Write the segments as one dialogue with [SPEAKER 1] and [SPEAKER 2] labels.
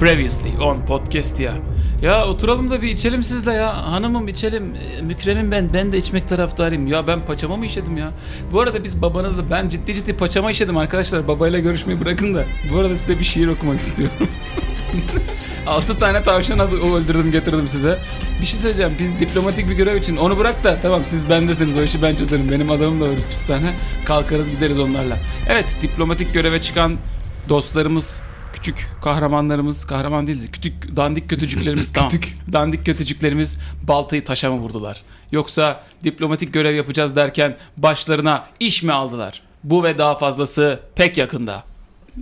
[SPEAKER 1] Previously on podcast ya. Ya oturalım da bir içelim sizle ya. Hanımım içelim. Ee, Mükrem'im ben. Ben de içmek taraftarıyım. Ya ben paçama mı işedim ya? Bu arada biz babanızla ben ciddi ciddi paçama işedim arkadaşlar. Babayla görüşmeyi bırakın da. Bu arada size bir şiir okumak istiyorum. 6 tane tavşan az- öldürdüm getirdim size. Bir şey söyleyeceğim. Biz diplomatik bir görev için onu bırak da tamam siz bendesiniz o işi ben çözerim. Benim adamım da var 300 tane. Kalkarız gideriz onlarla. Evet diplomatik göreve çıkan dostlarımız küçük kahramanlarımız kahraman değildi. Küçük dandik kötücüklerimiz tamam. Dandik kötücüklerimiz baltayı taşa mı vurdular? Yoksa diplomatik görev yapacağız derken başlarına iş mi aldılar? Bu ve daha fazlası pek yakında.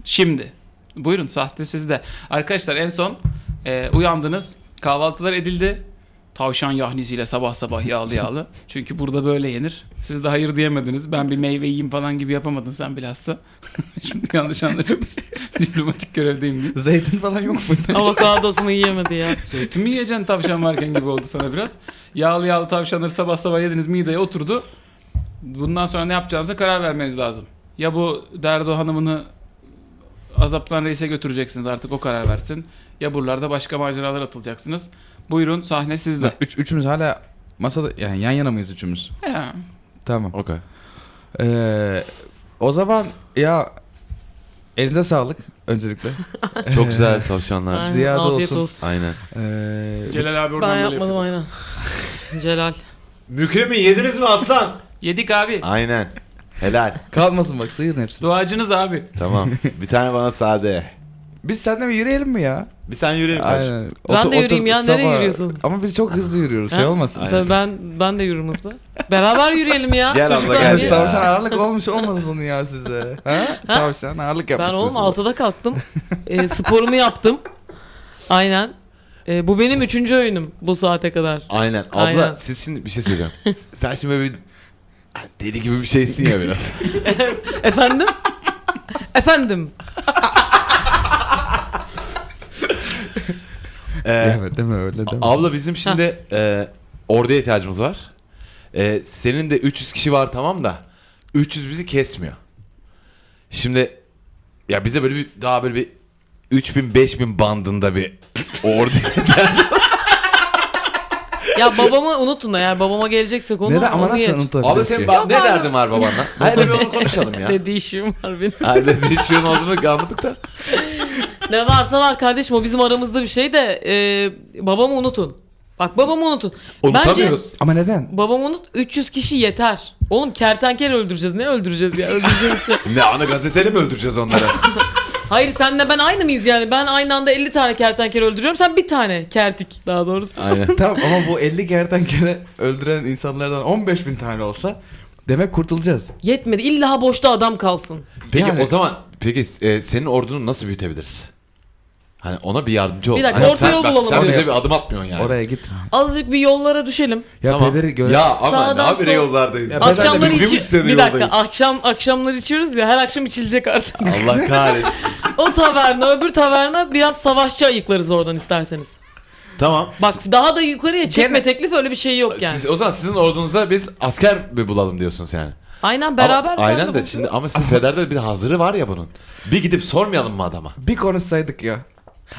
[SPEAKER 1] Şimdi. Buyurun sahte sizde. Arkadaşlar en son e, uyandınız. Kahvaltılar edildi. Tavşan yahnisiyle sabah sabah yağlı yağlı. Çünkü burada böyle yenir. Siz de hayır diyemediniz. Ben bir meyve yiyeyim falan gibi yapamadın sen bilhassa. Şimdi yanlış anlaşılmasın. Diplomatik görevdeyim diye.
[SPEAKER 2] Zeytin falan yok mu?
[SPEAKER 3] Avokadosunu yiyemedi ya.
[SPEAKER 1] Zeytin mi yiyeceksin tavşan varken gibi oldu sana biraz. Yağlı yağlı tavşanları sabah sabah yediniz mideye oturdu. Bundan sonra ne yapacağınıza karar vermeniz lazım. Ya bu Derdo hanımını azaptan reise götüreceksiniz artık o karar versin. Ya buralarda başka maceralar atılacaksınız. Buyurun sahne sizde.
[SPEAKER 2] Üç, üçümüz hala masada yani yan yana mıyız üçümüz?
[SPEAKER 1] Ya,
[SPEAKER 2] Tamam.
[SPEAKER 4] Okey.
[SPEAKER 2] Ee, o zaman ya elinize sağlık öncelikle.
[SPEAKER 4] Çok güzel tavşanlar.
[SPEAKER 2] Aynen. ziyade
[SPEAKER 3] afiyet
[SPEAKER 2] olsun.
[SPEAKER 4] Aynen.
[SPEAKER 2] Ee,
[SPEAKER 1] Celal abi oradan
[SPEAKER 3] Ben
[SPEAKER 1] böyle
[SPEAKER 3] yapmadım
[SPEAKER 1] yapıyor.
[SPEAKER 3] aynen. Celal.
[SPEAKER 5] Mükremi yediniz mi aslan?
[SPEAKER 1] Yedik abi.
[SPEAKER 4] Aynen. Helal.
[SPEAKER 2] kalmasın bak sıyırın hepsini.
[SPEAKER 1] Duacınız abi.
[SPEAKER 4] Tamam. Bir tane bana sade.
[SPEAKER 2] Biz seninle mi yürüyelim mi ya?
[SPEAKER 4] Bir sen yürüyelim. kardeşim.
[SPEAKER 2] Aynen.
[SPEAKER 3] Ben de yürüyeyim ya, nereye yürüyorsun?
[SPEAKER 2] Ama biz çok hızlı yürüyoruz şey
[SPEAKER 3] Ha?
[SPEAKER 2] olmasın.
[SPEAKER 4] Aynen.
[SPEAKER 3] Tabii ben ben de yürürüm hızlı. Beraber yürüyelim ya.
[SPEAKER 4] Gel abla,
[SPEAKER 3] Çocuklar
[SPEAKER 4] gel.
[SPEAKER 2] Biz
[SPEAKER 3] niye-
[SPEAKER 4] Tabii.
[SPEAKER 2] tavşan ağırlık olmuş olmasın ya size. Ha? Tavşan ağırlık
[SPEAKER 3] Ben
[SPEAKER 2] yapmıştı.
[SPEAKER 3] oğlum
[SPEAKER 2] size.
[SPEAKER 3] 6'da kalktım. E, sporumu yaptım. Aynen. E, bu benim üçüncü öğünüm bu saate kadar.
[SPEAKER 4] Aynen. Abla
[SPEAKER 3] Aynen.
[SPEAKER 4] siz şimdi bir şey söyleyeceğim. sen şimdi böyle bir deli gibi bir şeysin ya biraz.
[SPEAKER 3] Efendim? Efendim.
[SPEAKER 4] Ee,
[SPEAKER 2] Deme, deme öyle deme.
[SPEAKER 4] abla bizim şimdi e, orduya ihtiyacımız var. E, senin de 300 kişi var tamam da 300 bizi kesmiyor. Şimdi ya bize böyle bir daha böyle bir 3000 5000 bandında bir ordu.
[SPEAKER 3] Ya babamı unutun da eğer babama gelecekse konu
[SPEAKER 2] Neden? Ama
[SPEAKER 3] onu
[SPEAKER 2] nasıl
[SPEAKER 3] yer.
[SPEAKER 2] unutabiliriz
[SPEAKER 4] abla
[SPEAKER 2] ki?
[SPEAKER 4] senin ba-
[SPEAKER 3] Yok
[SPEAKER 4] ne
[SPEAKER 3] abi.
[SPEAKER 4] derdin var babanla? Hayır bir onu konuşalım ya.
[SPEAKER 3] Dediği işim var benim.
[SPEAKER 4] Aynen bir şeyin olduğunu anladık da.
[SPEAKER 3] Ne varsa var kardeşim o bizim aramızda bir şey de e, babamı unutun. Bak babamı unutun.
[SPEAKER 4] Unutamıyoruz.
[SPEAKER 2] Ama neden?
[SPEAKER 3] babamı unut 300 kişi yeter. Oğlum kertenkele öldüreceğiz ne öldüreceğiz ya öldüreceğiz şey.
[SPEAKER 4] Ne ana gazeteli mi öldüreceğiz onları?
[SPEAKER 3] Hayır senle ben aynı mıyız yani ben aynı anda 50 tane kertenkele öldürüyorum sen bir tane kertik daha doğrusu.
[SPEAKER 4] Aynen.
[SPEAKER 2] tamam ama bu 50 kertenkele öldüren insanlardan 15 bin tane olsa demek kurtulacağız.
[SPEAKER 3] Yetmedi illa boşta adam kalsın.
[SPEAKER 4] Peki
[SPEAKER 2] Yani-
[SPEAKER 4] o zaman peki e, senin ordunu nasıl büyütebiliriz? Hani ona bir yardımcı ol.
[SPEAKER 3] Bir dakika,
[SPEAKER 4] Hani
[SPEAKER 3] orta yol bulalım
[SPEAKER 4] Sen
[SPEAKER 2] oraya.
[SPEAKER 4] bize bir adım atmıyorsun yani.
[SPEAKER 2] Oraya gitme.
[SPEAKER 3] Azıcık bir yollara düşelim.
[SPEAKER 2] Ya
[SPEAKER 4] Tamam.
[SPEAKER 2] pederi göre...
[SPEAKER 4] Ya ama ne
[SPEAKER 3] Sağdan
[SPEAKER 4] habire
[SPEAKER 3] sol-
[SPEAKER 4] yollardayız.
[SPEAKER 2] Ya ben-
[SPEAKER 3] Akşamlar
[SPEAKER 4] biz bir
[SPEAKER 3] içi...
[SPEAKER 4] buçuk senedir
[SPEAKER 3] Bir dakika
[SPEAKER 4] yoldayız.
[SPEAKER 3] akşam akşamlar içiyoruz ya her akşam içilecek artık.
[SPEAKER 4] Allah kahretsin.
[SPEAKER 3] o taverna öbür taverna biraz savaşçı ayıklarız oradan isterseniz.
[SPEAKER 4] tamam.
[SPEAKER 3] Bak daha da yukarıya çekme teklif öyle bir şey yok yani.
[SPEAKER 4] Siz, o zaman sizin ordunuza biz asker mi bulalım diyorsunuz yani.
[SPEAKER 3] Aynen beraber
[SPEAKER 4] ama,
[SPEAKER 3] bir
[SPEAKER 4] aynen
[SPEAKER 3] anda
[SPEAKER 4] de
[SPEAKER 3] bu-
[SPEAKER 4] şimdi ama sizin pederde bir hazırı var ya bunun. Bir gidip sormayalım mı adama?
[SPEAKER 2] Bir konuşsaydık ya.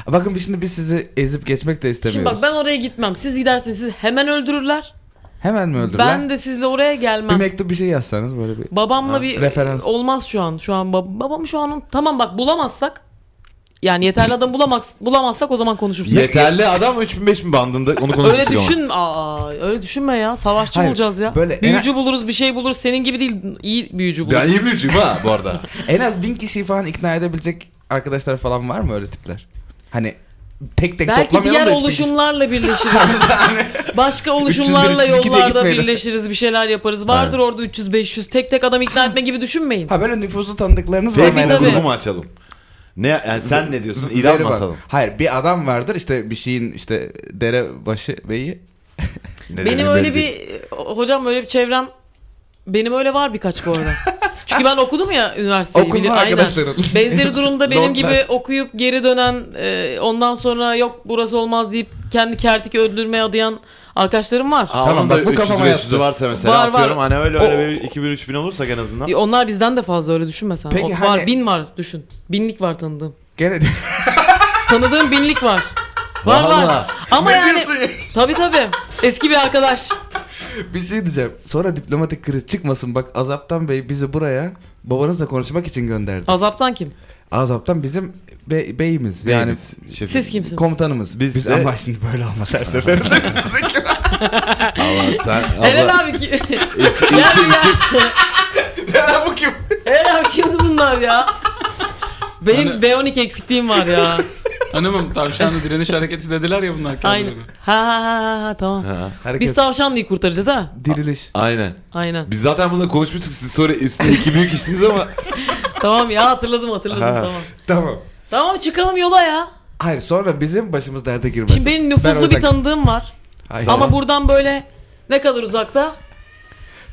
[SPEAKER 2] Bakın biz şimdi biz sizi ezip geçmek de
[SPEAKER 3] Şimdi
[SPEAKER 2] istemiyoruz.
[SPEAKER 3] bak ben oraya gitmem. Siz gidersiniz. Siz hemen öldürürler.
[SPEAKER 2] Hemen mi öldürürler?
[SPEAKER 3] Ben de sizle oraya
[SPEAKER 2] Bir
[SPEAKER 3] gelmem.
[SPEAKER 2] mektup bir şey yazsanız böyle bir...
[SPEAKER 3] Babamla
[SPEAKER 4] Ha,
[SPEAKER 3] bir
[SPEAKER 2] referans.
[SPEAKER 3] olmaz şu an. Şu an bab- babam şu an tamam bak bulamazsak yani yeterli adam bulamak bulamazsak o zaman konuşuruz.
[SPEAKER 4] Yeterli adam 3000-5000 bandında onu konuşuruz.
[SPEAKER 3] Öyle
[SPEAKER 4] ama.
[SPEAKER 3] düşün. Aa, öyle düşünme ya. Savaşçı
[SPEAKER 2] Hayır,
[SPEAKER 3] bulacağız ya.
[SPEAKER 2] böyle-
[SPEAKER 3] büyücü buluruz, bir şey buluruz. Senin gibi değil. iyi büyücü buluruz.
[SPEAKER 4] Ben iyi büyücüyüm ha bu arada.
[SPEAKER 2] En az bin kişiyi falan ikna edebilecek arkadaşlar falan var mı öyle tipler? Hani tek tek
[SPEAKER 3] Belki
[SPEAKER 2] toplamayalım
[SPEAKER 3] diğer
[SPEAKER 2] da hiçbir kişi-
[SPEAKER 3] oluşumlarla birleşiriz. Başka oluşumlarla
[SPEAKER 2] 301, 302 de
[SPEAKER 3] yollarda
[SPEAKER 2] gitmeyelim.
[SPEAKER 3] birleşiriz, bir şeyler yaparız. Vardır orada 300-500. Tek tek adam ikna etme gibi düşünmeyin.
[SPEAKER 2] Ha böyle nüfuzlu tanıdıklarınız var mı? en
[SPEAKER 4] Facebook
[SPEAKER 2] azından?
[SPEAKER 4] grubu mu açalım? Ne yani sen ne diyorsun? İlan
[SPEAKER 2] Veri
[SPEAKER 4] mı
[SPEAKER 2] bak-
[SPEAKER 4] asalım?
[SPEAKER 2] Hayır bir adam vardır işte bir şeyin işte dere başı beyi.
[SPEAKER 4] Ne
[SPEAKER 3] Benim
[SPEAKER 4] dediğim
[SPEAKER 3] öyle
[SPEAKER 4] belli değil.
[SPEAKER 3] bir hocam öyle bir çevrem benim öyle var birkaç bu arada. Çünkü ben okudum ya üniversiteyi.
[SPEAKER 2] Okul
[SPEAKER 3] bili-
[SPEAKER 2] mu
[SPEAKER 3] aynen.
[SPEAKER 2] arkadaşların?
[SPEAKER 3] Benzeri durumda benim
[SPEAKER 2] Lordlar.
[SPEAKER 3] gibi okuyup geri dönen e, ondan sonra yok burası olmaz deyip kendi kertik öldürmeye adayan arkadaşlarım var.
[SPEAKER 4] Aa,
[SPEAKER 2] Tamam,
[SPEAKER 4] onun
[SPEAKER 2] bak
[SPEAKER 4] da
[SPEAKER 2] bu
[SPEAKER 4] 300
[SPEAKER 2] kafama
[SPEAKER 4] 500
[SPEAKER 2] yattı.
[SPEAKER 4] varsa mesela
[SPEAKER 3] Var, var.
[SPEAKER 4] atıyorum hani öyle öyle
[SPEAKER 3] O-
[SPEAKER 4] bir 2000 3000 olursak en azından.
[SPEAKER 3] E, Onlar bizden de fazla öyle düşünme sen.
[SPEAKER 2] Peki
[SPEAKER 3] O-
[SPEAKER 2] hani-
[SPEAKER 3] Var bin var düşün. Binlik var tanıdığım.
[SPEAKER 2] Gene
[SPEAKER 3] Tanıdığım binlik var. Var var.
[SPEAKER 4] Vallahi.
[SPEAKER 3] Ama
[SPEAKER 2] Ne
[SPEAKER 3] yani
[SPEAKER 2] diyorsun ya?
[SPEAKER 3] tabi tabi. Eski bir arkadaş.
[SPEAKER 2] Bir şey diyeceğim. Sonra diplomatik kriz çıkmasın. Bak Azaptan Bey bizi buraya babanızla konuşmak için gönderdi.
[SPEAKER 3] Azaptan kim?
[SPEAKER 2] Azaptan bizim be- beyimiz. Yani
[SPEAKER 4] Yani şefim.
[SPEAKER 3] Siz kimsiniz?
[SPEAKER 2] komutanımız. Biz,
[SPEAKER 4] Biz de-
[SPEAKER 2] ama şimdi böyle olmaz her seferinde.
[SPEAKER 4] Allah sen Allah.
[SPEAKER 3] Eren abi ki.
[SPEAKER 4] İç-
[SPEAKER 3] Ya,
[SPEAKER 4] içim-
[SPEAKER 3] ya.
[SPEAKER 2] ya bu kim?
[SPEAKER 3] Eren abi kimdi bunlar ya? Benim
[SPEAKER 1] Hani-
[SPEAKER 3] B12 eksikliğim var ya.
[SPEAKER 1] Hanımım tavşanlı direniş hareketi dediler ya bunlar.
[SPEAKER 3] Aynen.
[SPEAKER 1] kendileri.
[SPEAKER 3] Ha ha ha ha tamam.
[SPEAKER 4] Ha,
[SPEAKER 2] Hareket.
[SPEAKER 3] Biz tavşanlıyı kurtaracağız ha.
[SPEAKER 2] Diriliş.
[SPEAKER 4] Aynen.
[SPEAKER 3] Aynen.
[SPEAKER 4] Biz zaten bunu konuşmuştuk. Siz sonra üstüne iki büyük içtiniz ama
[SPEAKER 3] Tamam ya hatırladım hatırladım
[SPEAKER 4] Ha.
[SPEAKER 3] tamam.
[SPEAKER 2] Tamam.
[SPEAKER 3] Tamam çıkalım yola ya.
[SPEAKER 2] Hayır sonra bizim başımız derde girmesin.
[SPEAKER 3] Şimdi benim
[SPEAKER 2] Ben
[SPEAKER 3] nüfuslu
[SPEAKER 2] oradan-
[SPEAKER 3] bir tanıdığım var.
[SPEAKER 2] Hayır.
[SPEAKER 3] Ama buradan böyle ne kadar uzakta?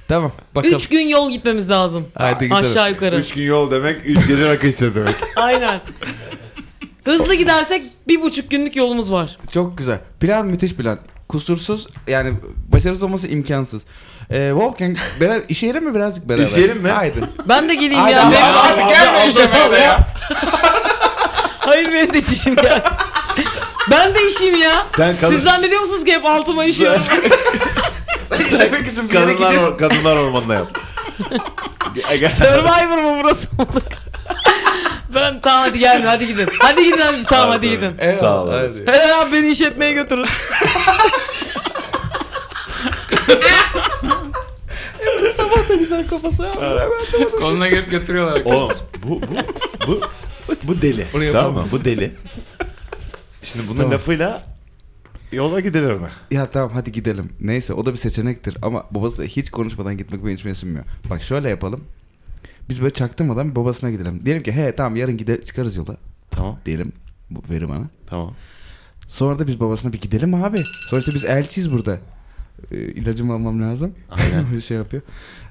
[SPEAKER 2] Tamam. Bakalım.
[SPEAKER 3] 3 gün yol gitmemiz lazım.
[SPEAKER 2] Haydi gidelim.
[SPEAKER 3] Aşağı yukarı.
[SPEAKER 4] üç gün yol demek, üç gece rakı içeceğiz demek.
[SPEAKER 3] Aynen. Hızlı gidersek bir buçuk günlük yolumuz var.
[SPEAKER 2] Çok güzel. Plan müthiş plan. Kusursuz yani başarısız olması imkansız. Ee, Wolfgang beraber, işe yerim mi birazcık beraber?
[SPEAKER 4] İşeyelim mi?
[SPEAKER 2] Haydi.
[SPEAKER 3] Ben de geleyim
[SPEAKER 2] Haydi
[SPEAKER 3] ya.
[SPEAKER 2] abi,
[SPEAKER 3] Benim-
[SPEAKER 2] artık gelme işe falan şey ya.
[SPEAKER 3] Hayır benim de işim ya. ben de işim ya.
[SPEAKER 4] Sen kadın-
[SPEAKER 3] Siz zannediyor musunuz ki hep altıma işiyorum?
[SPEAKER 2] İşemek için bir yere
[SPEAKER 4] Kadınlar,
[SPEAKER 2] gidiyor.
[SPEAKER 4] or- kadınlar ormanına yap.
[SPEAKER 3] Survivor mu burası? ben tamam hadi gelme hadi gidin. Hadi gidin hadi tamam hadi gidin.
[SPEAKER 4] Sağ ol.
[SPEAKER 2] Haydi.
[SPEAKER 3] Helal abi beni iş etmeye götürün.
[SPEAKER 2] Sabah da güzel kafası.
[SPEAKER 1] Koluna girip götürüyorlar.
[SPEAKER 4] Oğlum bu bu bu bu deli.
[SPEAKER 2] Bunu
[SPEAKER 4] tamam mı?
[SPEAKER 2] yapamaz.
[SPEAKER 4] Bu deli. Şimdi bunun
[SPEAKER 2] Tamam.
[SPEAKER 4] lafıyla yola gidilir mi?
[SPEAKER 2] Ya tamam hadi gidelim. Neyse o da bir seçenektir ama babası hiç konuşmadan gitmek benim içime sinmiyor. Bak şöyle yapalım. Biz böyle çaktırmadan bir babasına gidelim. Diyelim ki he tamam yarın gider çıkarız yola
[SPEAKER 4] Tamam.
[SPEAKER 2] diyelim. Bu verim bana.
[SPEAKER 4] Tamam.
[SPEAKER 2] Sonra da biz babasına bir gidelim abi. Sonuçta biz elçiyiz burada. Ee, ilacımı almam lazım.
[SPEAKER 4] Aynen.
[SPEAKER 2] Bir şey yapıyor.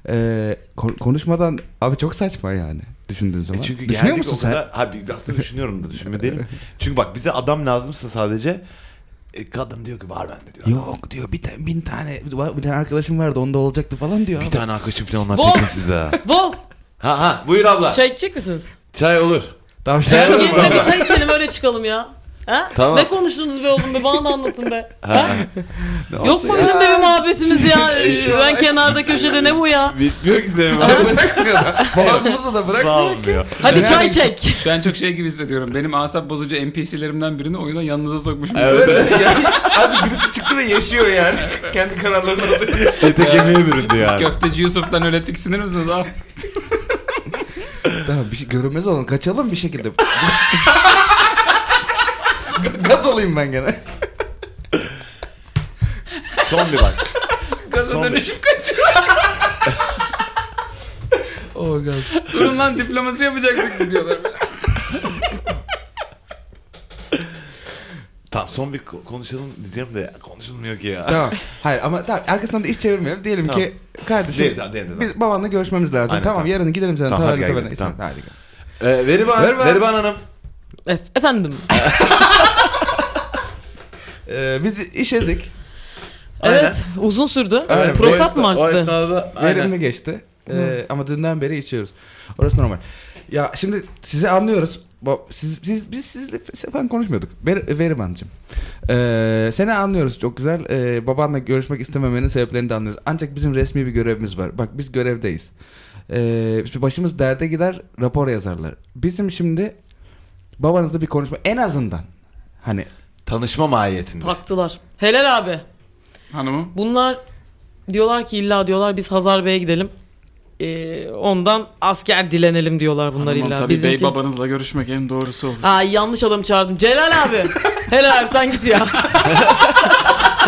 [SPEAKER 2] Ee, kon- konuşmadan abi çok saçma yani düşündüğün zaman.
[SPEAKER 4] E çünkü
[SPEAKER 2] Düşünüyor
[SPEAKER 4] geldik
[SPEAKER 2] musun
[SPEAKER 4] o
[SPEAKER 2] sen?
[SPEAKER 4] kadar... Ha, bir- aslında düşünüyorum da düşünme değilim. Çünkü bak bize adam lazımsa sadece e, kadın diyor ki var bende diyor.
[SPEAKER 2] Yok diyor bir tane bin tane bir tane arkadaşım vardı onda olacaktı falan diyor.
[SPEAKER 4] Bir
[SPEAKER 2] abi.
[SPEAKER 4] tane arkadaşım falan
[SPEAKER 3] Vol-
[SPEAKER 4] anlatayım size. ha.
[SPEAKER 3] Vol
[SPEAKER 4] Ha ha buyur abla. Çay,
[SPEAKER 3] çay içecek misiniz?
[SPEAKER 4] olur.
[SPEAKER 2] Tamam, şey
[SPEAKER 3] Gelin
[SPEAKER 2] yapalım.
[SPEAKER 3] de bir çay içelim öyle çıkalım ya. Ha?
[SPEAKER 4] Tamam.
[SPEAKER 3] Ne konuştunuz be oğlum be bana da anlatın be.
[SPEAKER 4] Ha.
[SPEAKER 3] Yok mu bizim de bir muhabbetimiz ya?
[SPEAKER 4] şey
[SPEAKER 3] ben kenarda köşede ne bu ya?
[SPEAKER 4] Bitmiyor ki senin
[SPEAKER 2] Boğazımızı da bırak.
[SPEAKER 4] Sağlamıyor.
[SPEAKER 3] Hadi
[SPEAKER 1] Yani-
[SPEAKER 3] çay çek.
[SPEAKER 1] Şu an çok şey gibi hissediyorum. Benim asap bozucu NPC'lerimden birini oyuna yanınıza sokmuşum.
[SPEAKER 4] Evet.
[SPEAKER 2] Abi birisi çıktı ve yaşıyor yani. Kendi kararlarını alıyor.
[SPEAKER 4] Ete kemiğe büründü
[SPEAKER 1] Siz
[SPEAKER 4] yani.
[SPEAKER 1] köfteci Yusuf'tan öyle tiksinir misiniz? Ah.
[SPEAKER 2] Tamam bir şey görünmez olalım. Kaçalım bir şekilde. Ga- Gaz olayım ben gene.
[SPEAKER 4] Son bir bak.
[SPEAKER 1] Gaza
[SPEAKER 4] Son-
[SPEAKER 1] dönüşüp kaçıyor.
[SPEAKER 2] O gaz.
[SPEAKER 1] Durun lan diploması yapacaktık gidiyorlar.
[SPEAKER 4] Tamam son bir ko- konuşalım diyeceğim de konuşulmuyor ki ya.
[SPEAKER 2] Tamam. Hayır ama tamam arkasından da iş çevirmeyelim. Diyelim
[SPEAKER 4] Tamam.
[SPEAKER 2] ki kardeşim
[SPEAKER 4] Değil, tamam, değil, tamam.
[SPEAKER 2] biz babanla görüşmemiz lazım.
[SPEAKER 4] Aynen,
[SPEAKER 2] tamam,
[SPEAKER 4] tamam.
[SPEAKER 2] yarın gidelim sana.
[SPEAKER 4] Tamam, hadi
[SPEAKER 2] tarihli
[SPEAKER 4] gel,
[SPEAKER 2] tabelaya.
[SPEAKER 4] gidelim,
[SPEAKER 2] Hadi gel.
[SPEAKER 4] Ee, Veriban,
[SPEAKER 2] Veriban.
[SPEAKER 4] Veriban. Hanım.
[SPEAKER 3] Ef- efendim.
[SPEAKER 2] Ee, biz işedik.
[SPEAKER 3] Evet uzun sürdü.
[SPEAKER 4] Ee,
[SPEAKER 2] Aynen.
[SPEAKER 3] Prostat mı var
[SPEAKER 4] O
[SPEAKER 3] sizde?
[SPEAKER 4] esnada
[SPEAKER 2] Verimli
[SPEAKER 4] aynen.
[SPEAKER 2] geçti. Ee, ama dünden beri içiyoruz. Orası normal. Ya şimdi sizi anlıyoruz. Bu- Siz, siz, biz sizle falan konuşmuyorduk. Ver, Verimancığım. Ee, seni anlıyoruz çok güzel. Ee, babanla görüşmek istememenin sebeplerini de anlıyoruz. Ancak bizim resmi bir görevimiz var. Bak biz görevdeyiz. Ee, biz- başımız derde gider rapor yazarlar. Bizim şimdi babanızla bir konuşma en azından. Hani
[SPEAKER 4] Tanışma mahiyetinde.
[SPEAKER 3] Taktılar. Helal abi.
[SPEAKER 1] Hanımım.
[SPEAKER 3] Bunlar diyorlar ki illa diyorlar biz Hazar Bey'e gidelim. Ee, ondan asker dilenelim diyorlar bunlar
[SPEAKER 1] Hanımım
[SPEAKER 3] illa.
[SPEAKER 1] tabii bey babanızla görüşmek en doğrusu olur.
[SPEAKER 3] Aa, yanlış adamı çağırdım. Celal abi. Helal abi sen git ya.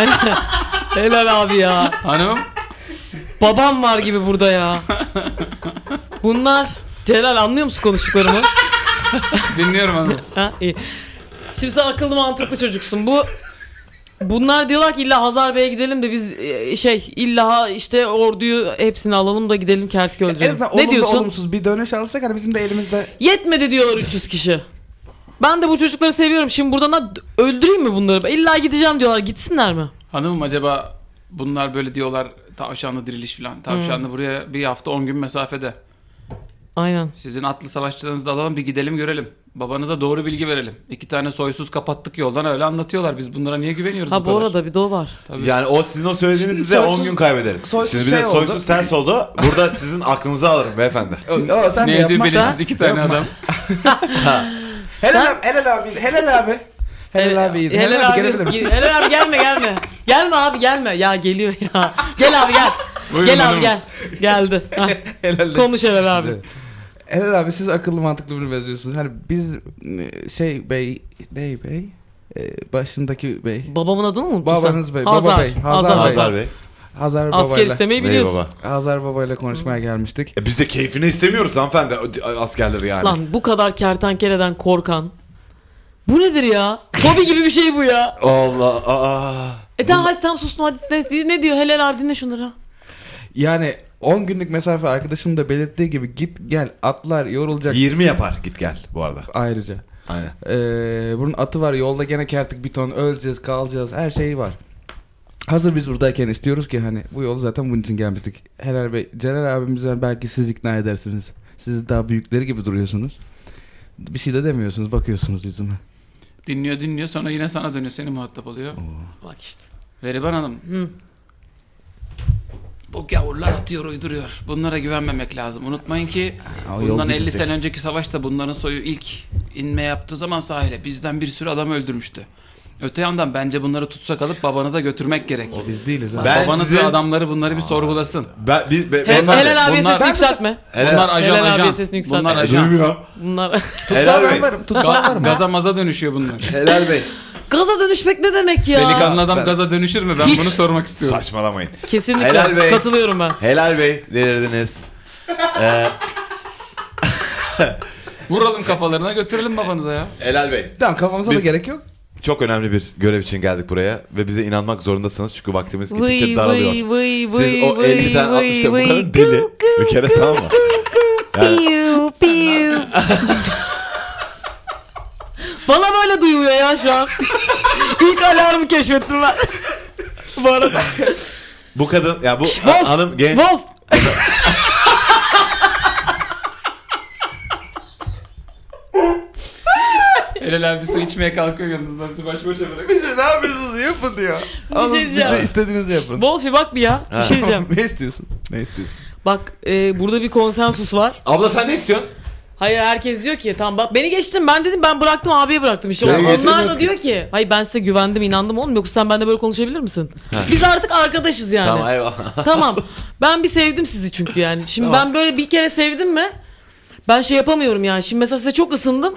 [SPEAKER 3] Helal abi ya.
[SPEAKER 1] Hanımım.
[SPEAKER 3] Babam var gibi burada ya. Bunlar Celal anlıyor musun konuştuklarımı?
[SPEAKER 1] Dinliyorum hanım.
[SPEAKER 3] Ha, iyi. Şimdi sen akıllı mantıklı çocuksun. Bu bunlar diyorlar ki illa Hazar Bey'e gidelim de biz e, şey illa işte orduyu hepsini alalım da gidelim Kertik'e
[SPEAKER 2] en
[SPEAKER 3] öldürelim.
[SPEAKER 2] azından
[SPEAKER 3] Ne
[SPEAKER 2] olumlu
[SPEAKER 3] diyorsun?
[SPEAKER 2] olumsuz bir dönüş alsak hani bizim de elimizde
[SPEAKER 3] Yetmedi diyorlar 300 kişi. Ben de bu çocukları seviyorum. Şimdi buradan ha- öldüreyim mi bunları? İlla gideceğim diyorlar. Gitsinler mi?
[SPEAKER 1] Hanımım acaba bunlar böyle diyorlar tavşanlı diriliş falan. Tavşanlı
[SPEAKER 3] Hmm.
[SPEAKER 1] buraya bir hafta 10 gün mesafede.
[SPEAKER 3] Aynen.
[SPEAKER 1] Sizin atlı savaşçılarınızı da alalım bir gidelim görelim. Babanıza doğru bilgi verelim. İki tane soysuz kapattık yoldan öyle anlatıyorlar. Biz bunlara niye güveniyoruz
[SPEAKER 3] Ha bu
[SPEAKER 1] kadar?
[SPEAKER 3] arada bir de o var.
[SPEAKER 1] Tabii.
[SPEAKER 4] Yani o sizin o söylediğinizi
[SPEAKER 2] Şimdi
[SPEAKER 4] de 10
[SPEAKER 2] soysuz-
[SPEAKER 4] gün kaybederiz.
[SPEAKER 2] soysuz
[SPEAKER 4] Şimdi bir de
[SPEAKER 2] şey oldu.
[SPEAKER 4] soysuz ters oldu. Burada sizin aklınızı alırım beyefendi.
[SPEAKER 2] O, o sen de
[SPEAKER 1] ne ediyor
[SPEAKER 2] yapma.
[SPEAKER 1] belirsiz iki tane adam.
[SPEAKER 2] Helal,
[SPEAKER 3] Sen-
[SPEAKER 2] abi, helal abi. Helal abi. Helal
[SPEAKER 3] Evet,
[SPEAKER 2] abi. iyiydi.
[SPEAKER 3] Helal abi,
[SPEAKER 2] gelebilir mi?
[SPEAKER 3] Helal abi gelme gelme. Gelme abi gelme. Ya geliyor ya. Gel abi gel.
[SPEAKER 1] Buyurun
[SPEAKER 3] gel abi
[SPEAKER 1] hanım.
[SPEAKER 3] gel. Geldi. Ha,
[SPEAKER 2] Helal
[SPEAKER 3] Konuş Helal abi.
[SPEAKER 2] Helal abi siz akıllı mantıklı bir benziyorsunuz. Hani biz e, şey bey, ney bey? E, başındaki bey.
[SPEAKER 3] Babamın adını mı unuttun
[SPEAKER 2] Babanız
[SPEAKER 3] sen?
[SPEAKER 2] bey, baba bey, Hazar
[SPEAKER 3] Hazar.
[SPEAKER 2] bey.
[SPEAKER 4] Hazar Bey.
[SPEAKER 2] Hazar
[SPEAKER 3] Asker
[SPEAKER 2] babayla.
[SPEAKER 3] istemeyi
[SPEAKER 4] Bey
[SPEAKER 3] biliyorsun.
[SPEAKER 4] baba.
[SPEAKER 2] Hazar babayla konuşmaya gelmiştik.
[SPEAKER 4] E biz de keyfini istemiyoruz hanımefendi o- askerleri yani.
[SPEAKER 3] Lan bu kadar kertenkeleden korkan. Bu nedir ya? Fobi gibi bir şey bu ya.
[SPEAKER 4] Allah aa.
[SPEAKER 3] E tamam hadi tamam susun hadi ne, ne diyor Helal abi dinle şunları.
[SPEAKER 2] Yani 10 günlük mesafe arkadaşım da belirttiği gibi git gel atlar yorulacak
[SPEAKER 4] 20 yapar git gel bu arada.
[SPEAKER 2] ayrıca.
[SPEAKER 4] Aynen.
[SPEAKER 2] Ee, bunun atı var yolda gene kertik bir ton öleceğiz kalacağız her şeyi var. Hazır biz buradayken istiyoruz ki hani bu yolu zaten bunun için gelmiştik. Helal Bey, Celal abimiz var belki siz ikna edersiniz. Siz daha büyükleri gibi duruyorsunuz. Bir şey de demiyorsunuz bakıyorsunuz yüzüme.
[SPEAKER 1] Dinliyor dinliyor sonra yine sana dönüyor seni muhatap oluyor.
[SPEAKER 3] Bak işte.
[SPEAKER 1] Veriban Hanım.
[SPEAKER 3] Hı.
[SPEAKER 1] Bu gavurlar atıyor uyduruyor. Bunlara güvenmemek lazım. Unutmayın ki
[SPEAKER 2] Aa, yol
[SPEAKER 1] bundan 50
[SPEAKER 2] gidecek.
[SPEAKER 1] sene önceki savaşta bunların soyu ilk inme yaptığı zaman sahile bizden bir sürü adam öldürmüştü. Öte yandan bence bunları tutsak alıp babanıza götürmek gerek.
[SPEAKER 2] Biz değiliz ha.
[SPEAKER 4] Ben-
[SPEAKER 1] Babanız
[SPEAKER 4] sizin-
[SPEAKER 1] ve adamları bunları bir sorgulasın.
[SPEAKER 4] Ben biz be,
[SPEAKER 3] He,
[SPEAKER 4] beyefendi-
[SPEAKER 3] Helal abiye
[SPEAKER 1] bunlar-
[SPEAKER 3] sesini yükseltme.
[SPEAKER 4] Helal-
[SPEAKER 1] Bunlar ajan
[SPEAKER 3] Helal abi
[SPEAKER 1] ajan.
[SPEAKER 3] sesini yükselt.
[SPEAKER 1] Bunlar
[SPEAKER 4] Helal-
[SPEAKER 1] ajan.
[SPEAKER 4] Duymuyor.
[SPEAKER 3] Bunlar.
[SPEAKER 2] Tutsam
[SPEAKER 4] Helal
[SPEAKER 2] ben
[SPEAKER 4] Bey.
[SPEAKER 2] varım. Tutsam
[SPEAKER 1] Ga-
[SPEAKER 2] varım.
[SPEAKER 1] gaza maza dönüşüyor bunlar.
[SPEAKER 4] Helal Bey.
[SPEAKER 3] Gaza dönüşmek ne demek ya?
[SPEAKER 1] Delikanlı adam
[SPEAKER 2] Ben-
[SPEAKER 1] gaza dönüşür mü? Ben
[SPEAKER 3] Hiç.
[SPEAKER 1] bunu sormak istiyorum.
[SPEAKER 4] Saçmalamayın.
[SPEAKER 3] Kesinlikle
[SPEAKER 4] Helal Bey.
[SPEAKER 3] katılıyorum ben.
[SPEAKER 4] Helal Bey delirdiniz. Ee,
[SPEAKER 1] Vuralım kafalarına götürelim babanıza ya.
[SPEAKER 4] Helal Bey.
[SPEAKER 2] Tamam kafamıza
[SPEAKER 4] Biz-
[SPEAKER 2] da gerek yok.
[SPEAKER 4] Çok önemli bir görev için geldik buraya ve bize inanmak zorundasınız çünkü vaktimiz gittikçe
[SPEAKER 3] Vıy
[SPEAKER 4] daralıyor.
[SPEAKER 3] vıy vıy
[SPEAKER 4] Siz
[SPEAKER 3] vıy
[SPEAKER 4] o
[SPEAKER 3] vıy
[SPEAKER 4] 50'den
[SPEAKER 3] vıy
[SPEAKER 4] 60'ta bu
[SPEAKER 3] vıy,
[SPEAKER 4] kadar deli.
[SPEAKER 3] gıv gıv
[SPEAKER 4] Bir kere tamam mı? Yani-
[SPEAKER 3] Piu piu. Bana böyle duyuluyor ya şu an. İlk alarmı keşfettim ben. bu arada.
[SPEAKER 4] Bu kadın ya bu
[SPEAKER 3] Şşş,
[SPEAKER 4] ha-
[SPEAKER 3] boz,
[SPEAKER 4] hanım genç
[SPEAKER 3] Wolf.
[SPEAKER 1] Helal abi su içmeye kalkıyor yanınızdan sizi baş başa bırak.
[SPEAKER 2] Bize ne yapıyorsunuz yapın diyor.
[SPEAKER 3] şey
[SPEAKER 2] Alın,
[SPEAKER 3] diyeceğim.
[SPEAKER 2] Bize istediğinizi yapın.
[SPEAKER 3] Wolf'i bak bir ya. Bir şey diyeceğim.
[SPEAKER 2] ne istiyorsun? Ne istiyorsun?
[SPEAKER 3] Bak e, burada bir konsensus var.
[SPEAKER 4] Abla sen ne istiyorsun?
[SPEAKER 3] Hayır herkes diyor ki tamam bak beni geçtim ben dedim ben bıraktım abiye bıraktım işte.
[SPEAKER 2] Seni
[SPEAKER 3] Onlar
[SPEAKER 2] geçemiyoruz
[SPEAKER 3] da
[SPEAKER 2] ki.
[SPEAKER 3] diyor ki hayır ben size güvendim inandım oğlum yoksa sen benimle böyle konuşabilir misin? Biz artık arkadaşız yani.
[SPEAKER 4] Tamam eyvallah.
[SPEAKER 3] Tamam. Ben bir sevdim sizi çünkü yani. Şimdi
[SPEAKER 4] Tamam.
[SPEAKER 3] ben böyle bir kere sevdim mi? Ben şey yapamıyorum yani. Şimdi mesela size çok ısındım.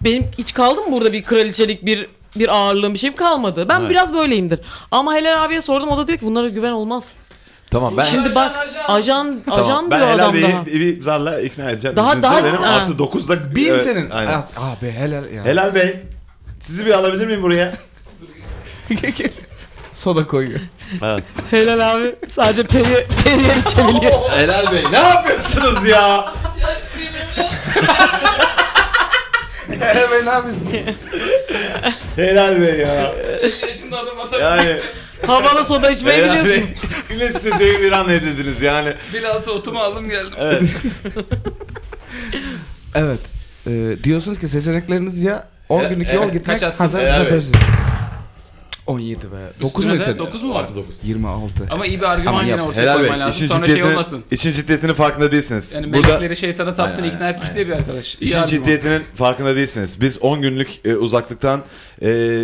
[SPEAKER 3] Benim hiç kaldı mı burada bir kraliçelik bir bir ağırlığım bir şeyim kalmadı. Ben
[SPEAKER 4] Evet.
[SPEAKER 3] biraz böyleyimdir. Ama Helal abiye sordum o da diyor ki bunlara güven olmaz.
[SPEAKER 4] tamam ben
[SPEAKER 3] Şimdi
[SPEAKER 1] Ajan,
[SPEAKER 3] bak
[SPEAKER 1] ajan.
[SPEAKER 3] ajan ajan,
[SPEAKER 4] tamam, ben
[SPEAKER 3] diyor
[SPEAKER 4] Helal
[SPEAKER 3] adam
[SPEAKER 4] Bey'i
[SPEAKER 3] daha.
[SPEAKER 4] bir, bir zarla ikna edeceğim.
[SPEAKER 3] Daha-
[SPEAKER 4] İzninizle
[SPEAKER 3] daha-
[SPEAKER 4] benim
[SPEAKER 3] ha.
[SPEAKER 4] aslı 9'da
[SPEAKER 2] Bin
[SPEAKER 4] Evet,
[SPEAKER 2] senin.
[SPEAKER 4] aynen.
[SPEAKER 2] Ah, Abi helal ya.
[SPEAKER 4] Helal Bey. Sizi bir alabilir miyim buraya?
[SPEAKER 2] Soda koyuyor.
[SPEAKER 4] evet.
[SPEAKER 3] Helal abi sadece peri periye içebiliyor.
[SPEAKER 4] Helal Bey ne yapıyorsunuz ya?
[SPEAKER 2] Helal Bey ne yapıyorsun?
[SPEAKER 4] Helal Bey ya.
[SPEAKER 1] Yaşında adam atar.
[SPEAKER 4] Yani
[SPEAKER 3] Havalı soda içmeyi
[SPEAKER 4] Helal
[SPEAKER 3] biliyorsun.
[SPEAKER 4] Bey yine stüdyoyu bir an edildiniz yani.
[SPEAKER 1] Dil altı otumu aldım geldim.
[SPEAKER 4] Evet.
[SPEAKER 2] Evet. Ee, diyorsunuz ki seçenekleriniz ya 10
[SPEAKER 4] E-
[SPEAKER 2] günlük
[SPEAKER 4] e-
[SPEAKER 2] yol gitmek.
[SPEAKER 1] kaç attın?
[SPEAKER 2] Hazar
[SPEAKER 4] Helal
[SPEAKER 2] Hazar
[SPEAKER 4] Bey.
[SPEAKER 2] Bey. 17 be. 9 mu
[SPEAKER 1] Üstüne de
[SPEAKER 2] senin?
[SPEAKER 1] dokuz mu var?
[SPEAKER 4] 9.
[SPEAKER 2] 26.
[SPEAKER 1] Ama iyi bir argüman
[SPEAKER 2] Ama
[SPEAKER 1] yine
[SPEAKER 2] yap.
[SPEAKER 1] ortaya
[SPEAKER 4] Helal Bey.
[SPEAKER 1] koyman lazım.
[SPEAKER 4] İşin
[SPEAKER 1] Sonra şey
[SPEAKER 4] ciddiyetinin,
[SPEAKER 1] olmasın.
[SPEAKER 4] işin ciddiyetinin farkında değilsiniz.
[SPEAKER 1] Yani
[SPEAKER 4] Burada
[SPEAKER 1] melekleri şeytana taptın
[SPEAKER 4] Aynen,
[SPEAKER 1] ikna
[SPEAKER 4] aynen,
[SPEAKER 1] etmiş
[SPEAKER 4] aynen.
[SPEAKER 1] diye bir arkadaş. İyi
[SPEAKER 4] işin
[SPEAKER 1] argüman.
[SPEAKER 4] ciddiyetinin farkında değilsiniz. Biz 10 günlük e, uzaklıktan e,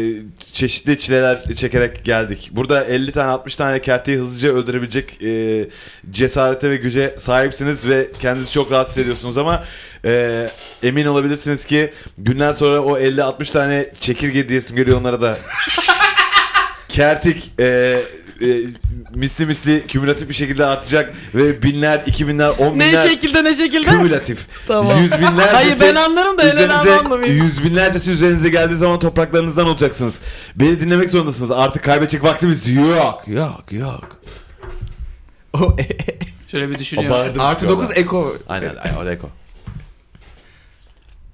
[SPEAKER 4] çeşitli çileler çekerek geldik. Burada 50 tane 60 tane kerteyi hızlıca öldürebilecek e, cesarete ve güce sahipsiniz ve kendinizi çok rahat hissediyorsunuz ama e, emin olabilirsiniz ki günler sonra o 50-60 tane çekirge diyesim geliyor onlara da Kertik e, e, misli misli kümülatif bir şekilde artacak ve binler, iki binler, on
[SPEAKER 3] Ne
[SPEAKER 4] binler
[SPEAKER 3] şekilde ne şekilde?
[SPEAKER 4] kümülatif.
[SPEAKER 3] Tamam.
[SPEAKER 4] Yüz binlercesi
[SPEAKER 3] Hayır ben anlarım da Helal abi
[SPEAKER 4] üzerinize-
[SPEAKER 3] anlamıyor.
[SPEAKER 4] yüz binlercesi üzerinize geldiği zaman topraklarınızdan olacaksınız. Beni dinlemek zorundasınız. Artık kaybedecek vaktimiz yok. Yok yok.
[SPEAKER 2] O- e,
[SPEAKER 1] Şöyle bir
[SPEAKER 4] O
[SPEAKER 1] düşünüyorum.
[SPEAKER 4] bağırdı
[SPEAKER 2] Artı
[SPEAKER 4] çünkü
[SPEAKER 2] 9
[SPEAKER 4] orada.
[SPEAKER 2] eko.
[SPEAKER 4] Aynen aynen orada eko.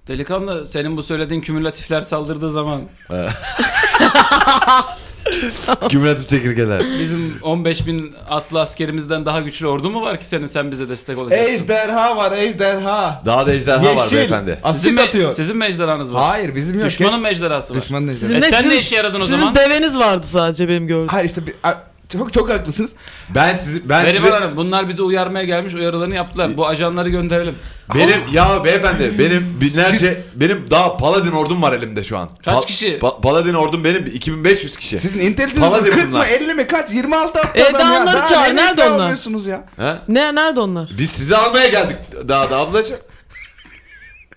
[SPEAKER 1] Delikanlı senin bu söylediğin kümülatifler saldırdığı zaman.
[SPEAKER 4] Kümülatif çekirgeler.
[SPEAKER 1] Bizim 15 bin atlı askerimizden daha güçlü ordu mu var ki senin sen bize destek olacaksın?
[SPEAKER 2] Ejderha var ejderha.
[SPEAKER 4] Daha da ejderha var
[SPEAKER 2] Yeşil.
[SPEAKER 4] beyefendi.
[SPEAKER 2] Asit
[SPEAKER 1] me-
[SPEAKER 2] atıyor.
[SPEAKER 1] Sizin mi ejderhanız var?
[SPEAKER 2] Hayır bizim yok.
[SPEAKER 1] Düşmanın
[SPEAKER 2] Keşke-
[SPEAKER 1] mecderası var.
[SPEAKER 2] Düşmanın ejderhası.
[SPEAKER 1] E
[SPEAKER 3] de-
[SPEAKER 1] sen ne işe yaradın o
[SPEAKER 3] sizin
[SPEAKER 1] zaman?
[SPEAKER 3] deveniz vardı sadece benim gördüğüm.
[SPEAKER 2] Hayır işte bir, a- çok çok haklısınız.
[SPEAKER 4] Ben sizi ben
[SPEAKER 1] Berivan
[SPEAKER 4] sizi
[SPEAKER 1] Hanım bunlar bizi uyarmaya gelmiş uyarılarını yaptılar. Bu ajanları gönderelim.
[SPEAKER 4] benim ya beyefendi benim binlerce
[SPEAKER 2] Siz-
[SPEAKER 4] benim daha paladin ordum var elimde şu an.
[SPEAKER 1] Kaç
[SPEAKER 4] Pal-
[SPEAKER 1] kişi?
[SPEAKER 4] pa- paladin ordum benim 2500 kişi.
[SPEAKER 2] Sizin
[SPEAKER 4] Palas
[SPEAKER 2] intelijanınız 40 mı
[SPEAKER 4] yapınlar.
[SPEAKER 2] 50 mi kaç 26 attı
[SPEAKER 3] E,
[SPEAKER 2] adam
[SPEAKER 3] daha
[SPEAKER 2] ya.
[SPEAKER 3] onları çağır,
[SPEAKER 2] ne
[SPEAKER 3] nerede
[SPEAKER 2] iddia
[SPEAKER 3] onlar?
[SPEAKER 2] alıyorsunuz ya?
[SPEAKER 4] Ha?
[SPEAKER 3] Ne nerede onlar?
[SPEAKER 4] Biz sizi almaya geldik daha da ablacığım.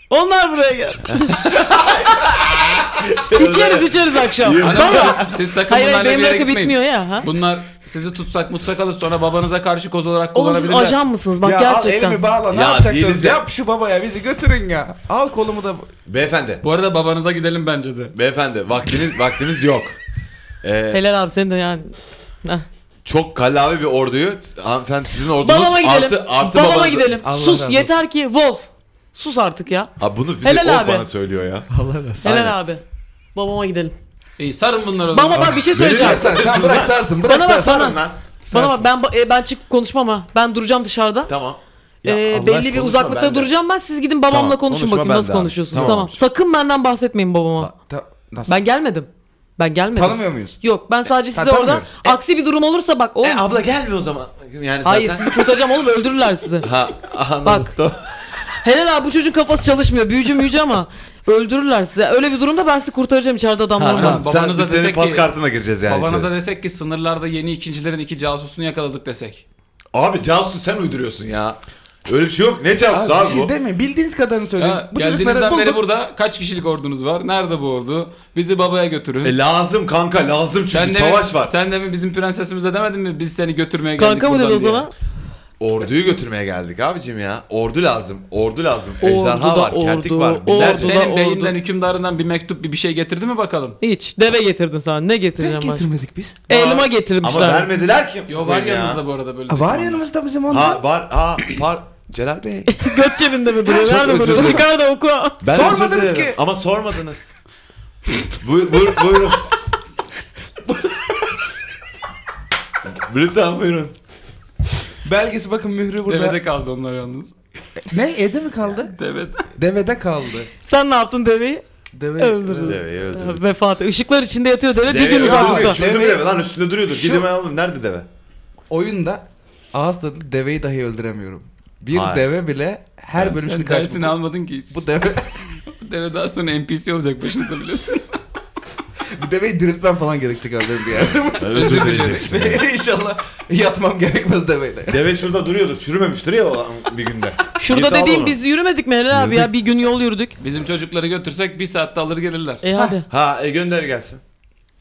[SPEAKER 3] Onlar buraya gelsin. içeriz içeriz akşam.
[SPEAKER 1] Hanım,
[SPEAKER 3] Baba.
[SPEAKER 1] siz, siz sakın
[SPEAKER 3] Hayır hayır
[SPEAKER 1] bunlarla bir
[SPEAKER 3] benim
[SPEAKER 1] yere
[SPEAKER 3] rakı
[SPEAKER 1] gitmeyin.
[SPEAKER 3] bitmiyor ya. Ha?
[SPEAKER 1] Bunlar sizi tutsak mutsak alıp sonra babanıza karşı koz olarak
[SPEAKER 3] Oğlum siz
[SPEAKER 1] kullanabilirler.
[SPEAKER 3] ajan mısınız? Bak
[SPEAKER 2] ya al
[SPEAKER 3] gerçekten.
[SPEAKER 2] elimi bağla ne
[SPEAKER 4] Ya değiliz
[SPEAKER 2] yapacaksınız?
[SPEAKER 4] ya.
[SPEAKER 2] Yap şu babaya bizi götürün ya. Al kolumu da.
[SPEAKER 4] Beyefendi.
[SPEAKER 1] Bu arada babanıza gidelim bence de.
[SPEAKER 4] Beyefendi vaktiniz vaktimiz yok. Ee,
[SPEAKER 3] Helal abi senin de yani.
[SPEAKER 4] çok kallavi bir orduyu hanımefendi sizin ordunuz
[SPEAKER 3] Babama gidelim.
[SPEAKER 4] artı, artı
[SPEAKER 3] Babama
[SPEAKER 4] babanızı-
[SPEAKER 3] gidelim.
[SPEAKER 2] Allah razı
[SPEAKER 3] Sus
[SPEAKER 2] olsun.
[SPEAKER 3] yeter ki Wolf. Sus artık ya.
[SPEAKER 4] Abi bunu bir
[SPEAKER 3] Helal
[SPEAKER 4] de o
[SPEAKER 3] abi.
[SPEAKER 4] bana söylüyor ya.
[SPEAKER 2] Allah razı olsun.
[SPEAKER 3] Helal
[SPEAKER 4] Aynen.
[SPEAKER 3] abi. Babama gidelim.
[SPEAKER 1] İyi sarın bunları o zaman.
[SPEAKER 3] Baba bak bir şey söyleyeceğim.
[SPEAKER 2] Sen, sen bırak sarsın bırak
[SPEAKER 3] Bana bak,
[SPEAKER 2] sarsın.
[SPEAKER 3] bana. Bana bak ben ba- e, ben çık konuşmam ha. Ben duracağım dışarıda.
[SPEAKER 4] Tamam.
[SPEAKER 2] Ya
[SPEAKER 3] Ee,
[SPEAKER 4] Allah
[SPEAKER 3] belli
[SPEAKER 4] aşkına
[SPEAKER 3] bir
[SPEAKER 4] konuşma
[SPEAKER 3] uzaklıkta
[SPEAKER 4] benden.
[SPEAKER 3] duracağım ben. Siz gidin babamla
[SPEAKER 4] Tamam,
[SPEAKER 3] konuşun
[SPEAKER 4] konuşma
[SPEAKER 3] bakayım nasıl
[SPEAKER 4] benden.
[SPEAKER 3] konuşuyorsunuz.
[SPEAKER 4] Tamam.
[SPEAKER 3] Tamam. Sakın benden bahsetmeyin babama.
[SPEAKER 2] Ta- nasıl?
[SPEAKER 3] Ben gelmedim. Ben gelmedim.
[SPEAKER 2] Tanımıyor muyuz?
[SPEAKER 3] Yok ben sadece
[SPEAKER 2] Ha,
[SPEAKER 3] size orada
[SPEAKER 2] tanımıyoruz.
[SPEAKER 3] aksi bir durum olursa bak oğlum.
[SPEAKER 4] E, abla gelmiyor o zaman. Yani
[SPEAKER 3] Hayır
[SPEAKER 4] zaten.
[SPEAKER 3] sizi kurtaracağım oğlum öldürürler sizi.
[SPEAKER 4] Ha anladım.
[SPEAKER 3] Bak.
[SPEAKER 4] Tamam.
[SPEAKER 3] Helal abi bu çocuğun kafası çalışmıyor. Büyücü müyücü ama öldürürler sizi. Öyle bir durumda ben sizi kurtaracağım içeride adamlarım var.
[SPEAKER 1] tamam.
[SPEAKER 4] Sen-
[SPEAKER 1] babanıza
[SPEAKER 4] biz senin
[SPEAKER 1] desek
[SPEAKER 4] pas
[SPEAKER 1] ki-
[SPEAKER 4] kartına gireceğiz yani.
[SPEAKER 1] Babanıza
[SPEAKER 4] içeri.
[SPEAKER 1] desek ki sınırlarda yeni ikincilerin iki casusunu yakaladık desek.
[SPEAKER 4] Abi casus sen uyduruyorsun ya. Öyle bir şey yok. Ne casus
[SPEAKER 2] Abi,
[SPEAKER 4] abi,
[SPEAKER 2] bir şey
[SPEAKER 4] bu?
[SPEAKER 2] demeyin bildiğiniz kadarını söyleyin.
[SPEAKER 1] Ya,
[SPEAKER 2] Bu çocukları
[SPEAKER 1] geldiğinizden
[SPEAKER 2] bulduk.
[SPEAKER 1] beri burada kaç kişilik ordunuz var? Nerede bu ordu? Bizi babaya götürün.
[SPEAKER 4] E, lazım kanka lazım çünkü
[SPEAKER 1] sen de
[SPEAKER 4] savaş
[SPEAKER 1] mi,
[SPEAKER 4] var.
[SPEAKER 1] Sen de mi bizim prensesimize demedin mi biz seni götürmeye geldik
[SPEAKER 3] Kanka mı dedi
[SPEAKER 1] buradan
[SPEAKER 3] o
[SPEAKER 1] diye?
[SPEAKER 3] zaman?
[SPEAKER 4] Orduyu götürmeye geldik abicim ya. Ordu lazım. Ordu lazım. Ejderha
[SPEAKER 3] Orduda
[SPEAKER 4] var. Kertik
[SPEAKER 3] ordu,
[SPEAKER 4] var. Bizler
[SPEAKER 1] Sen,
[SPEAKER 3] Orduda
[SPEAKER 1] senin
[SPEAKER 3] ordu.
[SPEAKER 1] beyinden hükümdarından bir mektup bir, bir şey getirdi mi bakalım?
[SPEAKER 3] Hiç. Deve getirdin sen. Ne
[SPEAKER 2] Ne
[SPEAKER 3] getireceğim ben?
[SPEAKER 2] getirmedik biz?
[SPEAKER 3] Elma
[SPEAKER 4] Ama
[SPEAKER 3] getirmişler.
[SPEAKER 4] vermediler ki.
[SPEAKER 1] Yo var
[SPEAKER 4] Ya.
[SPEAKER 1] yanınızda bu arada böyle. şey.
[SPEAKER 2] Ha, var
[SPEAKER 1] dükkanlar.
[SPEAKER 2] yanımızda bizim onlar.
[SPEAKER 4] Ha var. Ha var. Celal Bey.
[SPEAKER 3] Göt cebinde mi duruyor?
[SPEAKER 4] Çok
[SPEAKER 3] Verme
[SPEAKER 4] özür
[SPEAKER 3] bunu. Çıkar da oku.
[SPEAKER 4] Ben
[SPEAKER 2] Sormadınız
[SPEAKER 4] özür dilerim.
[SPEAKER 2] ki.
[SPEAKER 4] Ama sormadınız. buyur, buyur, buyurun. Lütfen buyurun.
[SPEAKER 2] Belgesi bakın mührü burada.
[SPEAKER 1] Devede kaldı onlar yalnız.
[SPEAKER 2] Ne? Evde mi kaldı?
[SPEAKER 1] Devede.
[SPEAKER 2] Devede kaldı.
[SPEAKER 3] Sen ne yaptın deveyi?
[SPEAKER 2] Deve.
[SPEAKER 3] Öldürdü.
[SPEAKER 4] Deveyi öldürdüm.
[SPEAKER 3] Vefat. Işıklar içinde yatıyor deve. bir
[SPEAKER 4] Deve
[SPEAKER 3] gün
[SPEAKER 4] öldürdüm.
[SPEAKER 3] uzaklıkta.
[SPEAKER 4] Çöldüm
[SPEAKER 2] Deve-
[SPEAKER 4] deve lan üstünde duruyordu.
[SPEAKER 2] Şu-
[SPEAKER 4] Gidip ben alalım. Nerede deve?
[SPEAKER 2] Oyunda ağız tadıyla deveyi dahi öldüremiyorum. Bir
[SPEAKER 4] Hayır.
[SPEAKER 2] deve bile her
[SPEAKER 1] Sen
[SPEAKER 2] bölümünü
[SPEAKER 1] dersini
[SPEAKER 2] karşımda.
[SPEAKER 1] almadın ki. şey Bu
[SPEAKER 2] Bu deve,
[SPEAKER 1] deve daha sonra NPC olacak başınıza biliyorsun.
[SPEAKER 2] bu deveyi diriltmem falan gerekecek abi benim bir yerde.
[SPEAKER 1] Özür dileyeceksin.
[SPEAKER 2] İnşallah yatmam gerekmez deveyle.
[SPEAKER 4] Deve şurada duruyordu. Çürümemiştir ya o an- bir günde.
[SPEAKER 3] Şurada
[SPEAKER 4] Git al
[SPEAKER 3] dediğim
[SPEAKER 4] onu.
[SPEAKER 3] biz yürümedik mi Helal abi ya? Bir gün yol yürüdük.
[SPEAKER 1] Bizim çocukları götürsek bir saatte alır gelirler.
[SPEAKER 3] E hadi.
[SPEAKER 4] Ha e, gönder gelsin.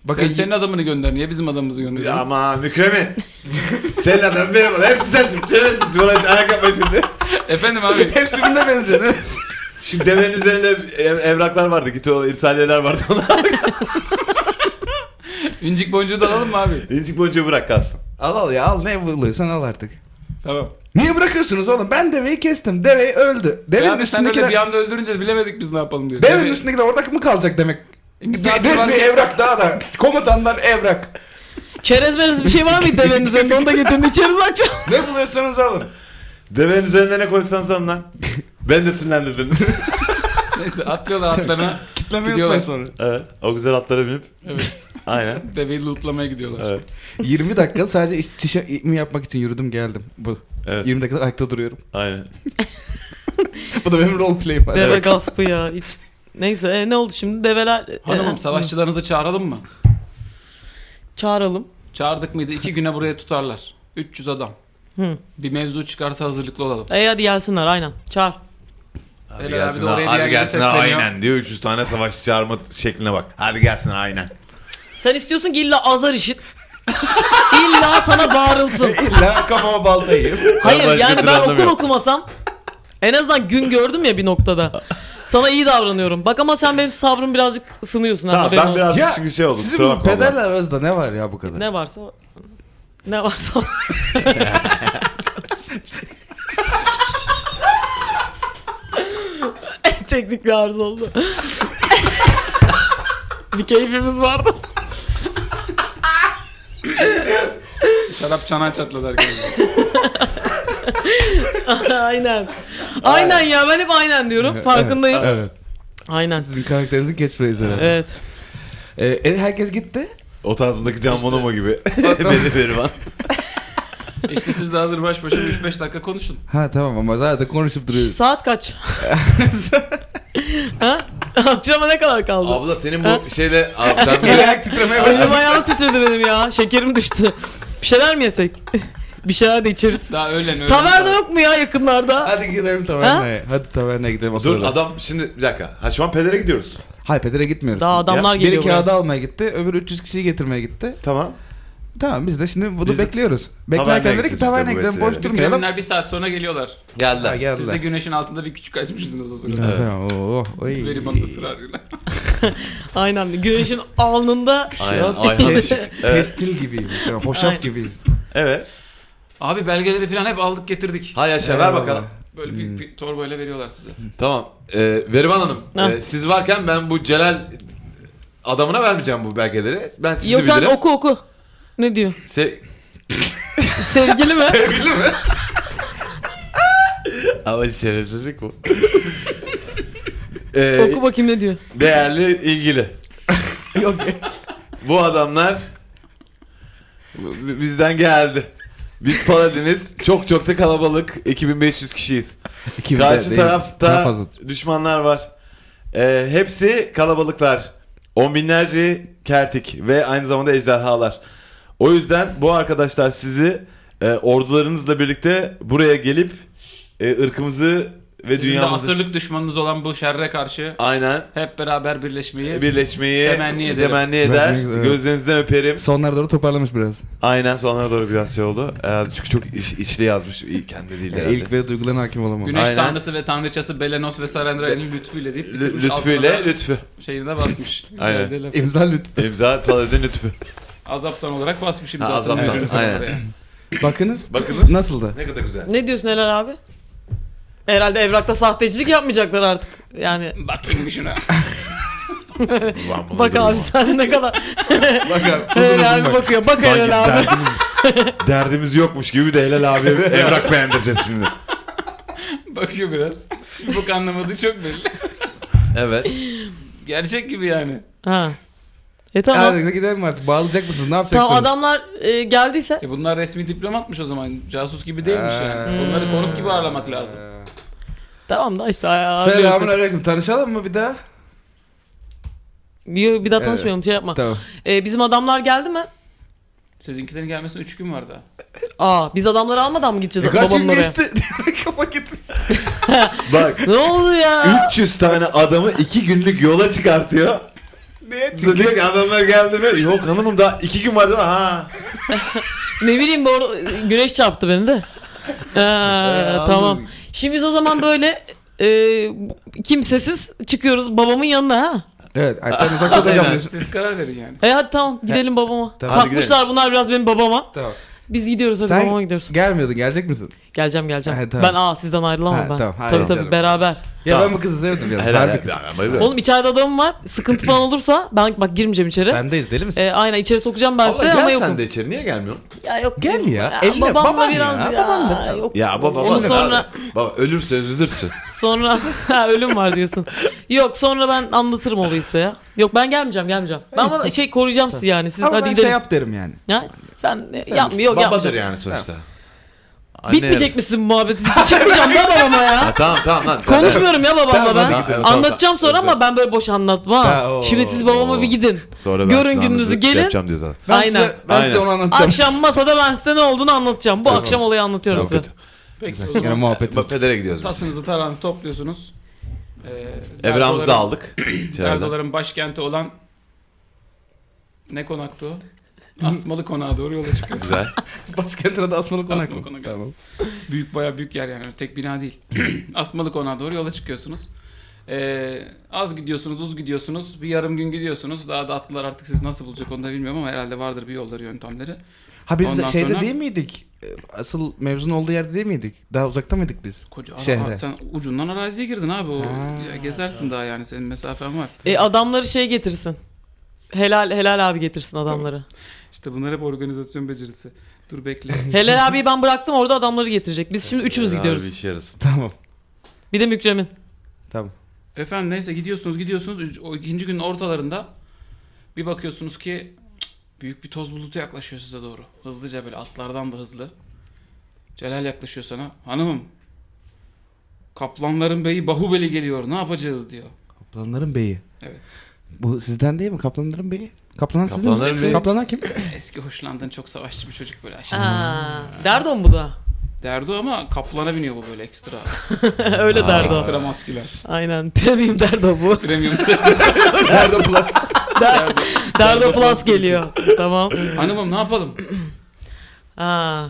[SPEAKER 2] Bakın
[SPEAKER 1] Sen, senin adamını gönder. Niye bizim adamımızı
[SPEAKER 4] Ya
[SPEAKER 1] gönderiyorsun?
[SPEAKER 4] ama Mükremi. Senin adam benim adam. Hepsi sensin. Çöresin. Bana ayakkabı şimdi.
[SPEAKER 1] Efendim abi.
[SPEAKER 2] hepsi birbirine benziyor.
[SPEAKER 4] Şimdi devenin üzerinde ev- evraklar vardı. Git o irsaliyeler vardı.
[SPEAKER 1] İncik boncuğu da alalım mı abi?
[SPEAKER 4] İncik boncuğu bırak kalsın.
[SPEAKER 2] al al ya al ne buluyorsan al artık.
[SPEAKER 1] Tamam.
[SPEAKER 2] Niye bırakıyorsunuz oğlum? Ben deveyi kestim. Deve öldü.
[SPEAKER 1] Ya
[SPEAKER 2] Devenin
[SPEAKER 1] abi sen öyle
[SPEAKER 2] üstündekiler...
[SPEAKER 1] bir anda öldürünce bilemedik biz ne yapalım diye.
[SPEAKER 2] Devenin
[SPEAKER 1] Deve-
[SPEAKER 2] üstündekiler orada mı kalacak demek?
[SPEAKER 1] E, misafir
[SPEAKER 2] Resmi
[SPEAKER 1] varken-
[SPEAKER 2] evrak daha da. Komutanlar evrak.
[SPEAKER 3] Çerez merez bir şey var mıydı devenin üzerinde? Onu da getirin içeriz akşam.
[SPEAKER 2] Ne buluyorsanız alın.
[SPEAKER 4] Devenin üzerine ne koysanız alın lan. Ben de sinirlendirdim.
[SPEAKER 1] Neyse atlıyorlar atlana.
[SPEAKER 2] Kitlemeyi
[SPEAKER 1] Gidiyorlar.
[SPEAKER 2] unutmayın sonra.
[SPEAKER 4] evet. O güzel atlara binip.
[SPEAKER 1] Evet.
[SPEAKER 4] Aynen.
[SPEAKER 1] Deveyi lootlamaya gidiyorlar.
[SPEAKER 4] Evet.
[SPEAKER 2] 20 dakika sadece iş- çişimi yapmak için yürüdüm geldim. Bu.
[SPEAKER 4] Evet.
[SPEAKER 2] 20 dakika ayakta duruyorum.
[SPEAKER 4] Aynen.
[SPEAKER 2] Bu da benim role play'im.
[SPEAKER 3] Deve gaspı ya hiç. Neyse e, ne oldu şimdi? Develer... e,
[SPEAKER 1] Hanımım savaşçılarınızı çağıralım mı?
[SPEAKER 3] Çağıralım.
[SPEAKER 1] Çağırdık mıydı? İki güne buraya tutarlar. 300 adam.
[SPEAKER 3] Hı.
[SPEAKER 1] Bir mevzu çıkarsa hazırlıklı olalım.
[SPEAKER 3] E hadi gelsinler aynen. Çağır.
[SPEAKER 1] Helal abi, gelsinler, doğru hediye hadi geldi, gelsinler, sesleniyor.
[SPEAKER 4] aynen
[SPEAKER 1] aynen
[SPEAKER 4] diyor. 300 tane savaşçı çağırma şekline bak. Hadi gelsinler aynen.
[SPEAKER 3] Sen istiyorsun ki illa azar işit. illa sana bağırılsın.
[SPEAKER 2] İlla kafama baltayı.
[SPEAKER 4] Ben
[SPEAKER 3] Hayır
[SPEAKER 4] başka
[SPEAKER 3] yani
[SPEAKER 4] türlü
[SPEAKER 3] ben okul
[SPEAKER 4] anlamıyorum.
[SPEAKER 3] okumasam en azından gün gördüm ya bir noktada. Sana iyi davranıyorum. Bak ama sen benim sabrım birazcık ısınıyorsun. ha,
[SPEAKER 4] Tamam
[SPEAKER 3] haberin
[SPEAKER 4] ben
[SPEAKER 3] olsun.
[SPEAKER 4] birazcık
[SPEAKER 2] ya
[SPEAKER 4] çünkü şey oldu.
[SPEAKER 2] sizin
[SPEAKER 4] kusura
[SPEAKER 2] bu
[SPEAKER 4] bakma abla.
[SPEAKER 2] pederler arasında ne var ya bu kadar?
[SPEAKER 3] Ne varsa ne varsa En teknik bir arz oldu. bir keyfimiz vardı.
[SPEAKER 1] Şarap çanağı çatladı arkadaşlar.
[SPEAKER 3] aynen. Aynen ya ben hep aynen diyorum. Farkındayım.
[SPEAKER 2] Evet.
[SPEAKER 3] Aynen.
[SPEAKER 2] Sizin karakterinizin catchphrase'leri.
[SPEAKER 3] Evet.
[SPEAKER 2] Ee, e, herkes gitti.
[SPEAKER 4] O tarzındaki Can Bonomo gibi.
[SPEAKER 2] Beri
[SPEAKER 4] Berivan.
[SPEAKER 1] işte siz de hazır baş başa 3-5 dakika konuşun.
[SPEAKER 2] Ha tamam ama zaten konuşup duruyoruz.
[SPEAKER 3] Saat kaç? ha? Akşama ne kadar kaldı?
[SPEAKER 4] Abla senin bu şeyle... Abi sen bir-
[SPEAKER 2] Eli ayak titremeye başladı.
[SPEAKER 3] Elim ayağım titredi benim ya. Şekerim düştü. Bir şeyler mi yesek? Bir şeyler de içeriz.
[SPEAKER 1] Daha öğlen öğlen.
[SPEAKER 3] Taverna yok mu ya yakınlarda?
[SPEAKER 2] Hadi gidelim tavernaya. Hadi tavernaya gidelim o
[SPEAKER 4] Dur
[SPEAKER 2] sırada.
[SPEAKER 4] adam şimdi bir dakika. Ha şu an pedere gidiyoruz.
[SPEAKER 2] Hayır pedere gitmiyoruz.
[SPEAKER 3] Daha adamlar
[SPEAKER 2] Biri
[SPEAKER 3] geliyor buraya.
[SPEAKER 2] kağıdı almaya gitti, öbürü 300 kişiyi getirmeye gitti.
[SPEAKER 4] Tamam.
[SPEAKER 2] Tamam biz de şimdi bunu
[SPEAKER 4] Biz de
[SPEAKER 2] bekliyoruz.
[SPEAKER 4] tavernaya
[SPEAKER 2] Beklerken dedik ki
[SPEAKER 4] gideceğiz biz de
[SPEAKER 2] tavernaya
[SPEAKER 4] bu
[SPEAKER 2] gidelim boş
[SPEAKER 4] vesileyle.
[SPEAKER 2] durmayalım.
[SPEAKER 1] Kremler bir saat sonra geliyorlar.
[SPEAKER 2] Ha,
[SPEAKER 4] Geldiler.
[SPEAKER 2] geldiler.
[SPEAKER 1] Siz de güneşin altında bir küçük açmışsınız o sırada.
[SPEAKER 2] Ha, Tamam. Oo, oy.
[SPEAKER 1] Veriban'da sıra arıyorlar.
[SPEAKER 3] Aynen. Güneşin alnında
[SPEAKER 4] Aynen.
[SPEAKER 2] Şu an-
[SPEAKER 4] Ayhan Işık. Evet.
[SPEAKER 2] Pestil gibiyiz. Yani
[SPEAKER 3] Aynen.
[SPEAKER 2] Hoşaf gibiyiz.
[SPEAKER 4] evet.
[SPEAKER 1] Abi belgeleri falan hep aldık getirdik.
[SPEAKER 4] Ha yaşa ver bakalım.
[SPEAKER 1] Böyle
[SPEAKER 4] Hmm.
[SPEAKER 1] büyük bir torbayla veriyorlar size.
[SPEAKER 4] Tamam. Ee, Verivan Hanım.
[SPEAKER 3] Ha.
[SPEAKER 4] e, siz varken ben bu Celal adamına vermeyeceğim bu belgeleri. Ben sizi
[SPEAKER 3] Yok sen
[SPEAKER 4] bilirim.
[SPEAKER 3] oku oku. Ne diyor?
[SPEAKER 4] Se-
[SPEAKER 3] Sevgili mi?
[SPEAKER 4] Ama şerefsizlik bu. Ee,
[SPEAKER 3] oku bakayım ne diyor.
[SPEAKER 4] değerli ilgili.
[SPEAKER 2] Yok.
[SPEAKER 4] Bu adamlar b- bizden geldi. Biz Paladiniz. Çok çok da kalabalık. 2500 kişiyiz.
[SPEAKER 2] iki bin de
[SPEAKER 4] Karşı
[SPEAKER 2] değil. Daha
[SPEAKER 4] tarafta
[SPEAKER 2] fazla.
[SPEAKER 4] düşmanlar var. Ee, hepsi kalabalıklar. On binlerce kertik ve aynı zamanda ejderhalar. O yüzden bu arkadaşlar sizi e, ordularınızla birlikte buraya gelip e, ırkımızı ve
[SPEAKER 1] Sizin de
[SPEAKER 4] dünyamızı
[SPEAKER 1] asırlık düşmanınız olan bu şerre karşı
[SPEAKER 4] aynen
[SPEAKER 1] hep beraber birleşmeyi
[SPEAKER 4] birleşmeyi
[SPEAKER 1] Temenni
[SPEAKER 4] temenni,
[SPEAKER 1] ederim.
[SPEAKER 4] eder.
[SPEAKER 2] Vermek üzere.
[SPEAKER 4] Gözlerinizden öperim.
[SPEAKER 2] Sonlara doğru toparlamış biraz.
[SPEAKER 4] Aynen sonlara doğru biraz şey oldu. Ee, çünkü çok iç- içli yazmış. İyi, Kendi değil
[SPEAKER 2] Yani
[SPEAKER 4] herhalde.
[SPEAKER 2] ilk ve duygularına hakim olamam.
[SPEAKER 1] Güneş
[SPEAKER 4] Aynen.
[SPEAKER 1] tanrısı ve tanrıçası Belenos ve Sarendra'nın lütfüyle deyip
[SPEAKER 4] Lü-
[SPEAKER 1] bitirmiş.
[SPEAKER 4] Lütfüyle
[SPEAKER 1] Altına da
[SPEAKER 4] lütfü.
[SPEAKER 1] Şeyini de basmış.
[SPEAKER 4] Aynen.
[SPEAKER 1] Güzel de laf.
[SPEAKER 2] İmza lütfen.
[SPEAKER 4] İmza Paladin lütfü.
[SPEAKER 1] Azaptan olarak basmış
[SPEAKER 4] Ha,
[SPEAKER 1] imzasını.
[SPEAKER 4] azaptan.
[SPEAKER 1] mührünü
[SPEAKER 4] Aynen.
[SPEAKER 1] oraya.
[SPEAKER 2] Bakınız.
[SPEAKER 4] Bakınız.
[SPEAKER 2] Nasıldı?
[SPEAKER 4] Ne kadar güzel.
[SPEAKER 3] Ne diyorsun Helal abi? Herhalde evrakta sahtecilik yapmayacaklar artık. Yani
[SPEAKER 1] Bakayım bir şuna.
[SPEAKER 3] bak abi sen ne kadar
[SPEAKER 2] Bakın.
[SPEAKER 3] Helal abi bakıyor. Bak
[SPEAKER 4] Sanki
[SPEAKER 3] Helal abi.
[SPEAKER 4] derdimiz, derdimiz yokmuş gibi de Helal abi evrak beğendireceğiz şimdi.
[SPEAKER 1] Bakıyor biraz. Şimdi bok anlamadığı çok belli.
[SPEAKER 4] Evet.
[SPEAKER 1] Gerçek gibi yani.
[SPEAKER 3] Ha. E tamam.
[SPEAKER 2] Hadi gidelim artık. Bağlayacak mısınız? Ne yapacaksınız?
[SPEAKER 3] Tamam adamlar e, geldiyse
[SPEAKER 1] E bunlar resmi diplomatmış o zaman. Casus gibi değilmiş yani.
[SPEAKER 2] Ee.
[SPEAKER 1] Bunları konuk gibi ağırlamak lazım.
[SPEAKER 3] tamam da işte abi.
[SPEAKER 2] Selamun aleyküm. Tanışalım mı bir daha?
[SPEAKER 3] Yo, bir daha tanışmayalım şey yapma.
[SPEAKER 2] Tamam.
[SPEAKER 3] E, bizim adamlar geldi mi?
[SPEAKER 1] Sizinkilerin gelmesine 3 gün var daha.
[SPEAKER 3] Aa biz adamları almadan mı
[SPEAKER 4] E,
[SPEAKER 3] gideceğiz
[SPEAKER 2] Kaç gün
[SPEAKER 3] babamın oraya?
[SPEAKER 2] geçti? Kafa gitmiş.
[SPEAKER 4] Bak
[SPEAKER 3] Ne oldu ya?
[SPEAKER 4] 300 tane adamı 2 günlük yola çıkartıyor.
[SPEAKER 2] Niye?
[SPEAKER 4] Diyor ki adamlar geldi mi? Yok hanımım daha 2 gün var. daha, Ha.
[SPEAKER 3] ne bileyim bu arada güneş çarptı beni de. Ee, tamam. Şimdi biz o zaman böyle e, bu- kimsesiz çıkıyoruz babamın yanına ha.
[SPEAKER 2] Evet. Ay, sen uzak tutacağım diyorsun.
[SPEAKER 1] Siz karar verin yani.
[SPEAKER 3] E hadi tamam gidelim babama.
[SPEAKER 2] Tamam.
[SPEAKER 4] Hadi
[SPEAKER 3] Kalkmışlar bunlar biraz benim babama.
[SPEAKER 2] Tamam.
[SPEAKER 3] Biz gidiyoruz hadi babama
[SPEAKER 2] Sen
[SPEAKER 3] gidiyoruz.
[SPEAKER 2] gelmiyordun. Gelecek misin?
[SPEAKER 3] Geleceğim geleceğim.
[SPEAKER 2] Ha, tamam.
[SPEAKER 3] Ben aa sizden ayrılamam
[SPEAKER 2] Ha,
[SPEAKER 3] ben.
[SPEAKER 2] tamam, hayır,
[SPEAKER 3] tabii tabii
[SPEAKER 2] canım.
[SPEAKER 3] beraber.
[SPEAKER 2] Ya
[SPEAKER 4] Tamam.
[SPEAKER 2] ben bu kızı sevdim ya.
[SPEAKER 4] Helal
[SPEAKER 2] Harbi
[SPEAKER 4] abi.
[SPEAKER 2] kız.
[SPEAKER 4] Ben bayılıyorum.
[SPEAKER 3] Oğlum içeride adamım var. Sıkıntı falan olursa ben bak girmeyeceğim içeri.
[SPEAKER 2] Sendeyiz deli misin?
[SPEAKER 3] E, aynen içeri sokacağım ben size
[SPEAKER 4] Vallahi
[SPEAKER 3] ama
[SPEAKER 4] gel
[SPEAKER 3] yokum.
[SPEAKER 4] sen de içeri niye gelmiyorsun?
[SPEAKER 3] Ya yok.
[SPEAKER 2] Gel ya.
[SPEAKER 3] Ya,
[SPEAKER 2] Elle,
[SPEAKER 3] babamla
[SPEAKER 2] baban
[SPEAKER 3] biraz ya.
[SPEAKER 2] ya, baban da-
[SPEAKER 3] Yok.
[SPEAKER 4] Ya baba
[SPEAKER 3] Onu
[SPEAKER 4] baba.
[SPEAKER 3] sonra-
[SPEAKER 4] Baba ölürse üzülürsün.
[SPEAKER 3] Sonra ha, ölüm var diyorsun. Yok sonra ben anlatırım olaysa ya. Yok ben gelmeyeceğim gelmeyeceğim. Ben ama şey koruyacağım sizi yani. Siz
[SPEAKER 2] Ama
[SPEAKER 3] hadi
[SPEAKER 2] ben
[SPEAKER 3] gidelim.
[SPEAKER 2] şey yap derim yani.
[SPEAKER 3] Ya, sen, sen yapma yok
[SPEAKER 4] Babadır
[SPEAKER 3] yapmayacağım.
[SPEAKER 4] yani sonuçta. Anne
[SPEAKER 3] Bitmeyecek
[SPEAKER 4] yarısı.
[SPEAKER 3] misin bu muhabbet? Çıkmayacağım ya babama ya.
[SPEAKER 4] Ha, tamam tamam lan.
[SPEAKER 3] Konuşmuyorum ya babamla
[SPEAKER 4] Tamam,
[SPEAKER 3] ben.
[SPEAKER 4] hadi gidelim. Tamam,
[SPEAKER 3] Anlatacağım
[SPEAKER 4] tamam.
[SPEAKER 3] sonra ama ben böyle boş anlatmam.
[SPEAKER 2] Ha, oo.
[SPEAKER 3] Şimdi siz babama bir gidin.
[SPEAKER 4] Sonra ben
[SPEAKER 3] Görün
[SPEAKER 4] size
[SPEAKER 3] gününüzü,
[SPEAKER 4] anlatacağım,
[SPEAKER 3] gelin.
[SPEAKER 4] yapacağım diyor zaten.
[SPEAKER 2] Ben
[SPEAKER 3] Aynen.
[SPEAKER 2] Size, ben size
[SPEAKER 4] Aynen.
[SPEAKER 2] onu anlatacağım.
[SPEAKER 3] Akşam masada ben size ne olduğunu anlatacağım. Bu akşam olayı anlatıyorum
[SPEAKER 4] Çok
[SPEAKER 3] size.
[SPEAKER 4] kötü.
[SPEAKER 1] Peki o
[SPEAKER 2] Yine
[SPEAKER 1] zaman
[SPEAKER 4] Bak,
[SPEAKER 2] muhabbetimiz.
[SPEAKER 4] Pedere gidiyoruz biz.
[SPEAKER 1] tasınızı taranızı topluyorsunuz. Ee,
[SPEAKER 4] Evrağımızı da
[SPEAKER 1] Derdoların-
[SPEAKER 4] aldık. İçeriden.
[SPEAKER 1] Derdoların başkenti olan ne konaktı o? Asmalı konağa doğru yola çıkıyorsunuz.
[SPEAKER 4] Güzel.
[SPEAKER 2] Başkentin adı Asmalı Konak
[SPEAKER 1] Asmalı
[SPEAKER 2] mı?
[SPEAKER 1] Konak.
[SPEAKER 2] Tamam.
[SPEAKER 1] büyük bayağı büyük yer yani tek bina değil. Asmalı konağa doğru yola çıkıyorsunuz. Ee, az gidiyorsunuz, uz gidiyorsunuz. Bir yarım gün gidiyorsunuz. Daha da atlılar artık siz nasıl bulacak onu da bilmiyorum ama herhalde vardır bir yolları, yöntemleri.
[SPEAKER 2] Ha biz
[SPEAKER 1] Ondan
[SPEAKER 2] şeyde
[SPEAKER 1] sonra-
[SPEAKER 2] değil miydik? Ee, Asıl mevzunun olduğu yerde değil miydik? Daha uzakta mıydık biz?
[SPEAKER 1] Koca ara-
[SPEAKER 2] Şehre.
[SPEAKER 1] sen ucundan araziye girdin abi. O,
[SPEAKER 2] Ha.
[SPEAKER 1] ya gezersin daha yani senin mesafen var.
[SPEAKER 3] E, adamları şey getirsin. Helal helal abi getirsin adamları.
[SPEAKER 1] İşte bunlar hep organizasyon becerisi. Dur bekle.
[SPEAKER 3] helal abiyi ben bıraktım orada adamları getirecek. Biz şimdi üçümüz
[SPEAKER 4] Abi
[SPEAKER 3] gidiyoruz.
[SPEAKER 4] bir işe yarasın.
[SPEAKER 2] Tamam.
[SPEAKER 3] Bir de Mükremin.
[SPEAKER 2] Tamam.
[SPEAKER 1] Efendim neyse gidiyorsunuz gidiyorsunuz. Üç- O ikinci günün ortalarında bir bakıyorsunuz ki büyük bir toz bulutu yaklaşıyor size doğru. Hızlıca böyle atlardan da hızlı. Celal yaklaşıyor sana. Hanımım kaplanların beyi Bahubeli geliyor ne yapacağız diyor.
[SPEAKER 2] Kaplanların beyi.
[SPEAKER 1] Evet.
[SPEAKER 2] Bu sizden değil mi? Kaplanların beyi. Kaplanlar sizin
[SPEAKER 4] Kaplanların
[SPEAKER 2] mi?
[SPEAKER 4] beyi.
[SPEAKER 2] Kaplanlar kim?
[SPEAKER 1] Eski hoşlandığın çok savaşçı bir çocuk böyle aşağı.
[SPEAKER 3] Aa, Derdo mu bu da?
[SPEAKER 1] Derdi o ama kaplana biniyor bu böyle ekstra.
[SPEAKER 3] Öyle Derdo.
[SPEAKER 1] Ekstra masküler.
[SPEAKER 3] Aynen. Premium Derdo bu.
[SPEAKER 1] Premium.
[SPEAKER 4] Nerede Plus?
[SPEAKER 1] Derdi.
[SPEAKER 3] Derdo Plus geliyor. Tamam.
[SPEAKER 1] Hanımım ne yapalım?
[SPEAKER 3] Aa.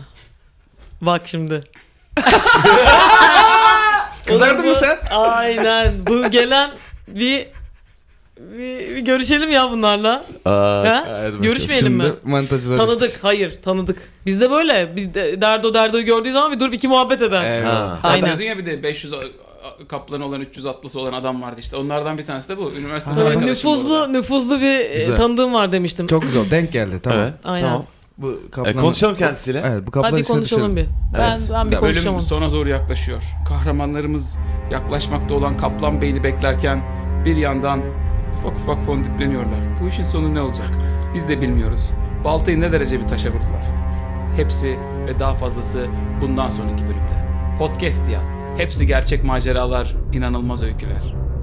[SPEAKER 3] Bak şimdi.
[SPEAKER 2] Kızardın
[SPEAKER 3] Bu-
[SPEAKER 2] mı sen?
[SPEAKER 3] Aynen. Bu gelen bir, bir, bir görüşelim ya bunlarla. Ha? Görüşmeyelim mi?
[SPEAKER 2] Şimdi Manitacılar.
[SPEAKER 3] Tanıdık. Hayır, tanıdık. Bizde böyle bir de- derdo derdoyu gördüğü zaman bir durup iki muhabbet eder.
[SPEAKER 4] Ha.
[SPEAKER 1] Sen
[SPEAKER 3] Aynen.
[SPEAKER 1] diyordun ya bir de 500 a- a- kaplanı olan 300 atlısı olan adam vardı işte. Onlardan bir tanesi de bu. Üniversitede
[SPEAKER 3] Tabii
[SPEAKER 1] arkadaşım bu arada.
[SPEAKER 3] nüfuzlu nüfuzlu bir e,
[SPEAKER 2] Güzel.
[SPEAKER 3] tanıdığım var demiştim.
[SPEAKER 2] Çok güzel. Denk geldi. Tamam.
[SPEAKER 4] Evet.
[SPEAKER 3] Aynen.
[SPEAKER 4] Tamam.
[SPEAKER 2] Bu
[SPEAKER 4] E,
[SPEAKER 2] kaplan.
[SPEAKER 4] konuşalım kendisiyle.
[SPEAKER 2] Evet bu kaplan
[SPEAKER 3] Hadi
[SPEAKER 2] işine
[SPEAKER 3] konuşalım
[SPEAKER 2] şey düşelim.
[SPEAKER 3] bir. Ben ben bir
[SPEAKER 1] Bölüm
[SPEAKER 3] konuşamam.
[SPEAKER 1] sona doğru yaklaşıyor. Kahramanlarımız yaklaşmakta olan kaplan beyni beklerken bir yandan ufak ufak fondipleniyorlar. Bu işin sonu ne olacak? Biz de bilmiyoruz. Baltayı ne derece bir taşa vurdular? Hepsi ve daha fazlası bundan sonraki bölümde. Podcast ya. Hepsi gerçek maceralar, inanılmaz öyküler.